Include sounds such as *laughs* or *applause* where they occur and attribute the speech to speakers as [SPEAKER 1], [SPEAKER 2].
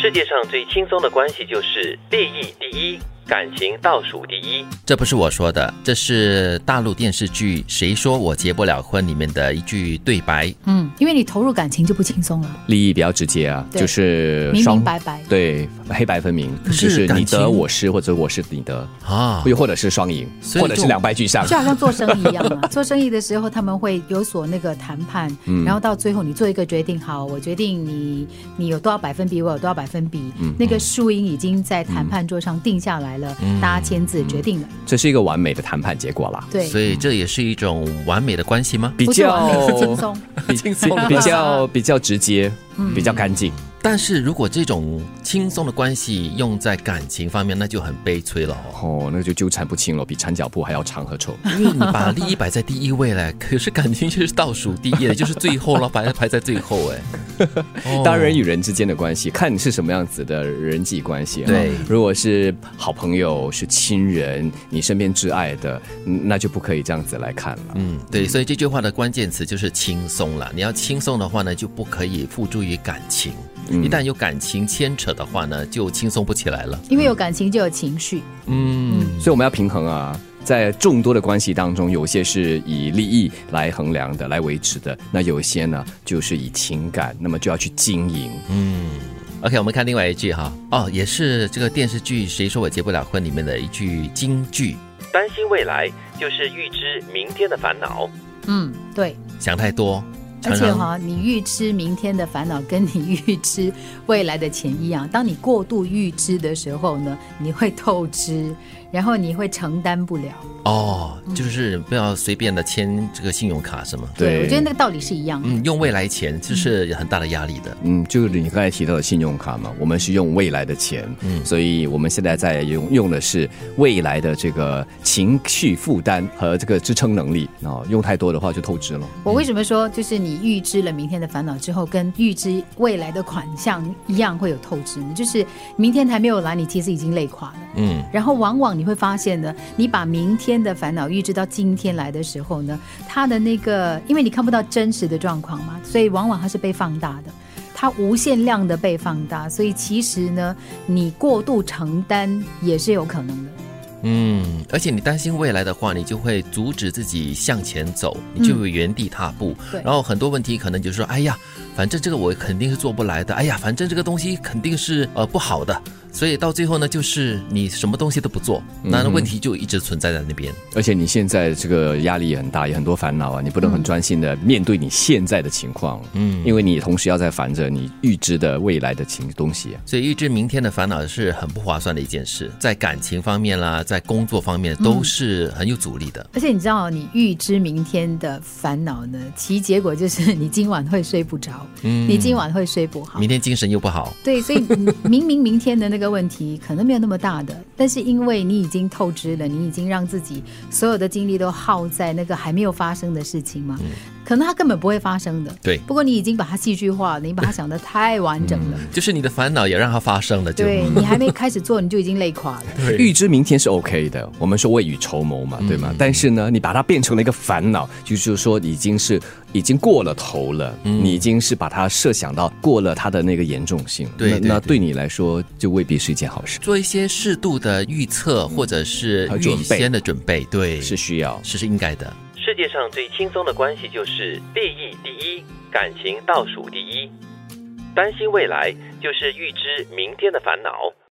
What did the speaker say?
[SPEAKER 1] 世界上最轻松的关系就是利益第一，感情倒数第一。
[SPEAKER 2] 这不是我说的，这是大陆电视剧《谁说我结不了婚》里面的一句对白。
[SPEAKER 3] 嗯，因为你投入感情就不轻松了，
[SPEAKER 4] 利益比较直接啊，
[SPEAKER 3] 对
[SPEAKER 4] 就是
[SPEAKER 3] 明
[SPEAKER 4] 双
[SPEAKER 3] 明白白。
[SPEAKER 4] 对 *laughs* 黑白分明，
[SPEAKER 2] 可是
[SPEAKER 4] 就是
[SPEAKER 2] 感
[SPEAKER 4] 你得
[SPEAKER 2] 情
[SPEAKER 4] 我失或者我是你得，
[SPEAKER 2] 啊
[SPEAKER 4] 又或者是双赢，
[SPEAKER 2] 所以
[SPEAKER 4] 或者是
[SPEAKER 2] 就
[SPEAKER 4] 两败俱伤。
[SPEAKER 3] 就好像做生意一样啊 *laughs* 嘛，做生意的时候他们会有所那个谈判，然后到最后你做一个决定，好，我决定你你有多少百分比，我有多少百分比，那个输赢已经在谈判桌上定下来了，大家签字决定了，
[SPEAKER 4] 这是一个完美的谈判结果啦。
[SPEAKER 3] 对
[SPEAKER 2] 所，以这也是一种完美的关系吗？
[SPEAKER 4] 比
[SPEAKER 3] 不是完美
[SPEAKER 4] 较
[SPEAKER 3] 是轻松，嗯
[SPEAKER 4] 比
[SPEAKER 2] 轻松
[SPEAKER 4] 比比较比较直接，比较干净。
[SPEAKER 2] 但是如果这种轻松的关系用在感情方面，那就很悲催了
[SPEAKER 4] *laughs*
[SPEAKER 2] 哦。
[SPEAKER 4] 哦，那就纠缠不清了，比缠脚布还要长和丑。
[SPEAKER 2] 因为你把利益摆在第一位嘞，可是感情却是倒数第一，就是最后了，排排在最后哎。哦
[SPEAKER 4] 当然，人与人之间的关系，看你是什么样子的人际关系。啊
[SPEAKER 2] 对，
[SPEAKER 4] 如果是好朋友、是亲人、你身边挚爱的，嗯那就不可以这样子来看了。
[SPEAKER 2] 嗯，对，所以这句话的关键词就是轻松了。你要轻松的话呢，就不可以付诸于感情。一旦有感情牵扯的话呢，就轻松不起来了。
[SPEAKER 3] 因为有感情就有情绪，
[SPEAKER 2] 嗯，
[SPEAKER 4] 所以我们要平衡啊，在众多的关系当中，有些是以利益来衡量的、来维持的，那有些呢就是以情感，那么就要去经营。
[SPEAKER 3] 嗯
[SPEAKER 2] OK，我们看另外一句哈，哦，也是这个电视剧《谁说我结不了婚》里面的一句金句，
[SPEAKER 1] 担心未来就是预知明天的烦恼。
[SPEAKER 3] 嗯，对。
[SPEAKER 2] 想太多，常
[SPEAKER 3] 而且
[SPEAKER 2] 常
[SPEAKER 3] 哈、你预知明天的烦恼，跟你预知未来的钱一样。 *laughs* 当你过度预知的时候呢，你会透支，然后你会承担不了。
[SPEAKER 2] 哦，
[SPEAKER 3] 嗯
[SPEAKER 2] 就是不要随便的签这个信用卡是吗？
[SPEAKER 4] 对
[SPEAKER 3] 我觉得那个道理是一样的。
[SPEAKER 2] 嗯，用未来钱这是有很大的压力的。
[SPEAKER 4] 嗯，就是你刚才提到的信用卡嘛，我们是用未来的钱，嗯，所以我们现在在用用的是未来的这个情绪负担和这个支撑能力啊、用太多的话就透支了。
[SPEAKER 3] 我为什么说就是你预知了明天的烦恼之后，跟预知未来的款项一样会有透支呢？就是明天还没有来，你其实已经累垮了。
[SPEAKER 2] 嗯，
[SPEAKER 3] 然后往往你会发现呢，你把明天的烦恼预知到今天来的时候呢，它的那个，因为你看不到真实的状况嘛，所以往往它是被放大的，它无限量的被放大，所以其实呢，你过度承担也是有可能的。
[SPEAKER 2] 嗯，而且你担心未来的话，你就会阻止自己向前走，你就会原地踏步。
[SPEAKER 3] 嗯对
[SPEAKER 2] 然后很多问题可能就是说，哎呀，反正这个我肯定是做不来的，哎呀，反正这个东西肯定是呃不好的，所以到最后呢，就是你什么东西都不做，
[SPEAKER 3] 嗯
[SPEAKER 2] 那问题就一直存在在那边。
[SPEAKER 4] 而且你现在这个压力也很大，也很多烦恼啊，你不
[SPEAKER 2] 嗯
[SPEAKER 4] 能很专心的面对你现在的情况，嗯，因为你同时要在烦着你预知的未来的情东西啊。
[SPEAKER 2] 所以预知明天的烦恼是很不划算的一件事，在感情方面啦，在工作方面
[SPEAKER 3] 嗯
[SPEAKER 2] 都是很有阻力的。
[SPEAKER 3] 而且你知道，你预知明天的烦恼呢，其结果就是你今晚会睡不着，你今晚会睡不好
[SPEAKER 2] 明。天精神又不好，
[SPEAKER 3] 对，所以明明明天的那个问题可能没有那么大的，但是因为你已经透支了，你已经让自己所有的精力都耗在那个还没有发生的事情嘛，可能它根本不会发生的。
[SPEAKER 2] 嗯对
[SPEAKER 3] 不过你已经把它戏剧化了，你把它想得太完整了。
[SPEAKER 2] 就是你的烦恼也让它发生了，嗯就
[SPEAKER 3] 对你还没开始做，你就已经累垮了。
[SPEAKER 4] 预知明天是 OK 的，我们说未雨绸缪
[SPEAKER 2] 嗯
[SPEAKER 4] 嘛，对吗？但是呢，你把它变成了一个烦恼，就是说已经是已经过了头了，
[SPEAKER 2] 嗯
[SPEAKER 4] 你已经是把它设想到过了它的那个严重性，
[SPEAKER 2] 对对
[SPEAKER 4] 那那
[SPEAKER 2] 对
[SPEAKER 4] 对你来说就未必是一件好事，
[SPEAKER 2] 做一些适度的预测或者是
[SPEAKER 4] 和准
[SPEAKER 2] 预
[SPEAKER 4] 备
[SPEAKER 2] 先的准备，对，
[SPEAKER 4] 是需要。
[SPEAKER 2] 是是应该的。
[SPEAKER 1] 世界上最轻松的关系就是利益第一，感情倒数第一。担心未来就是预知明天的烦恼。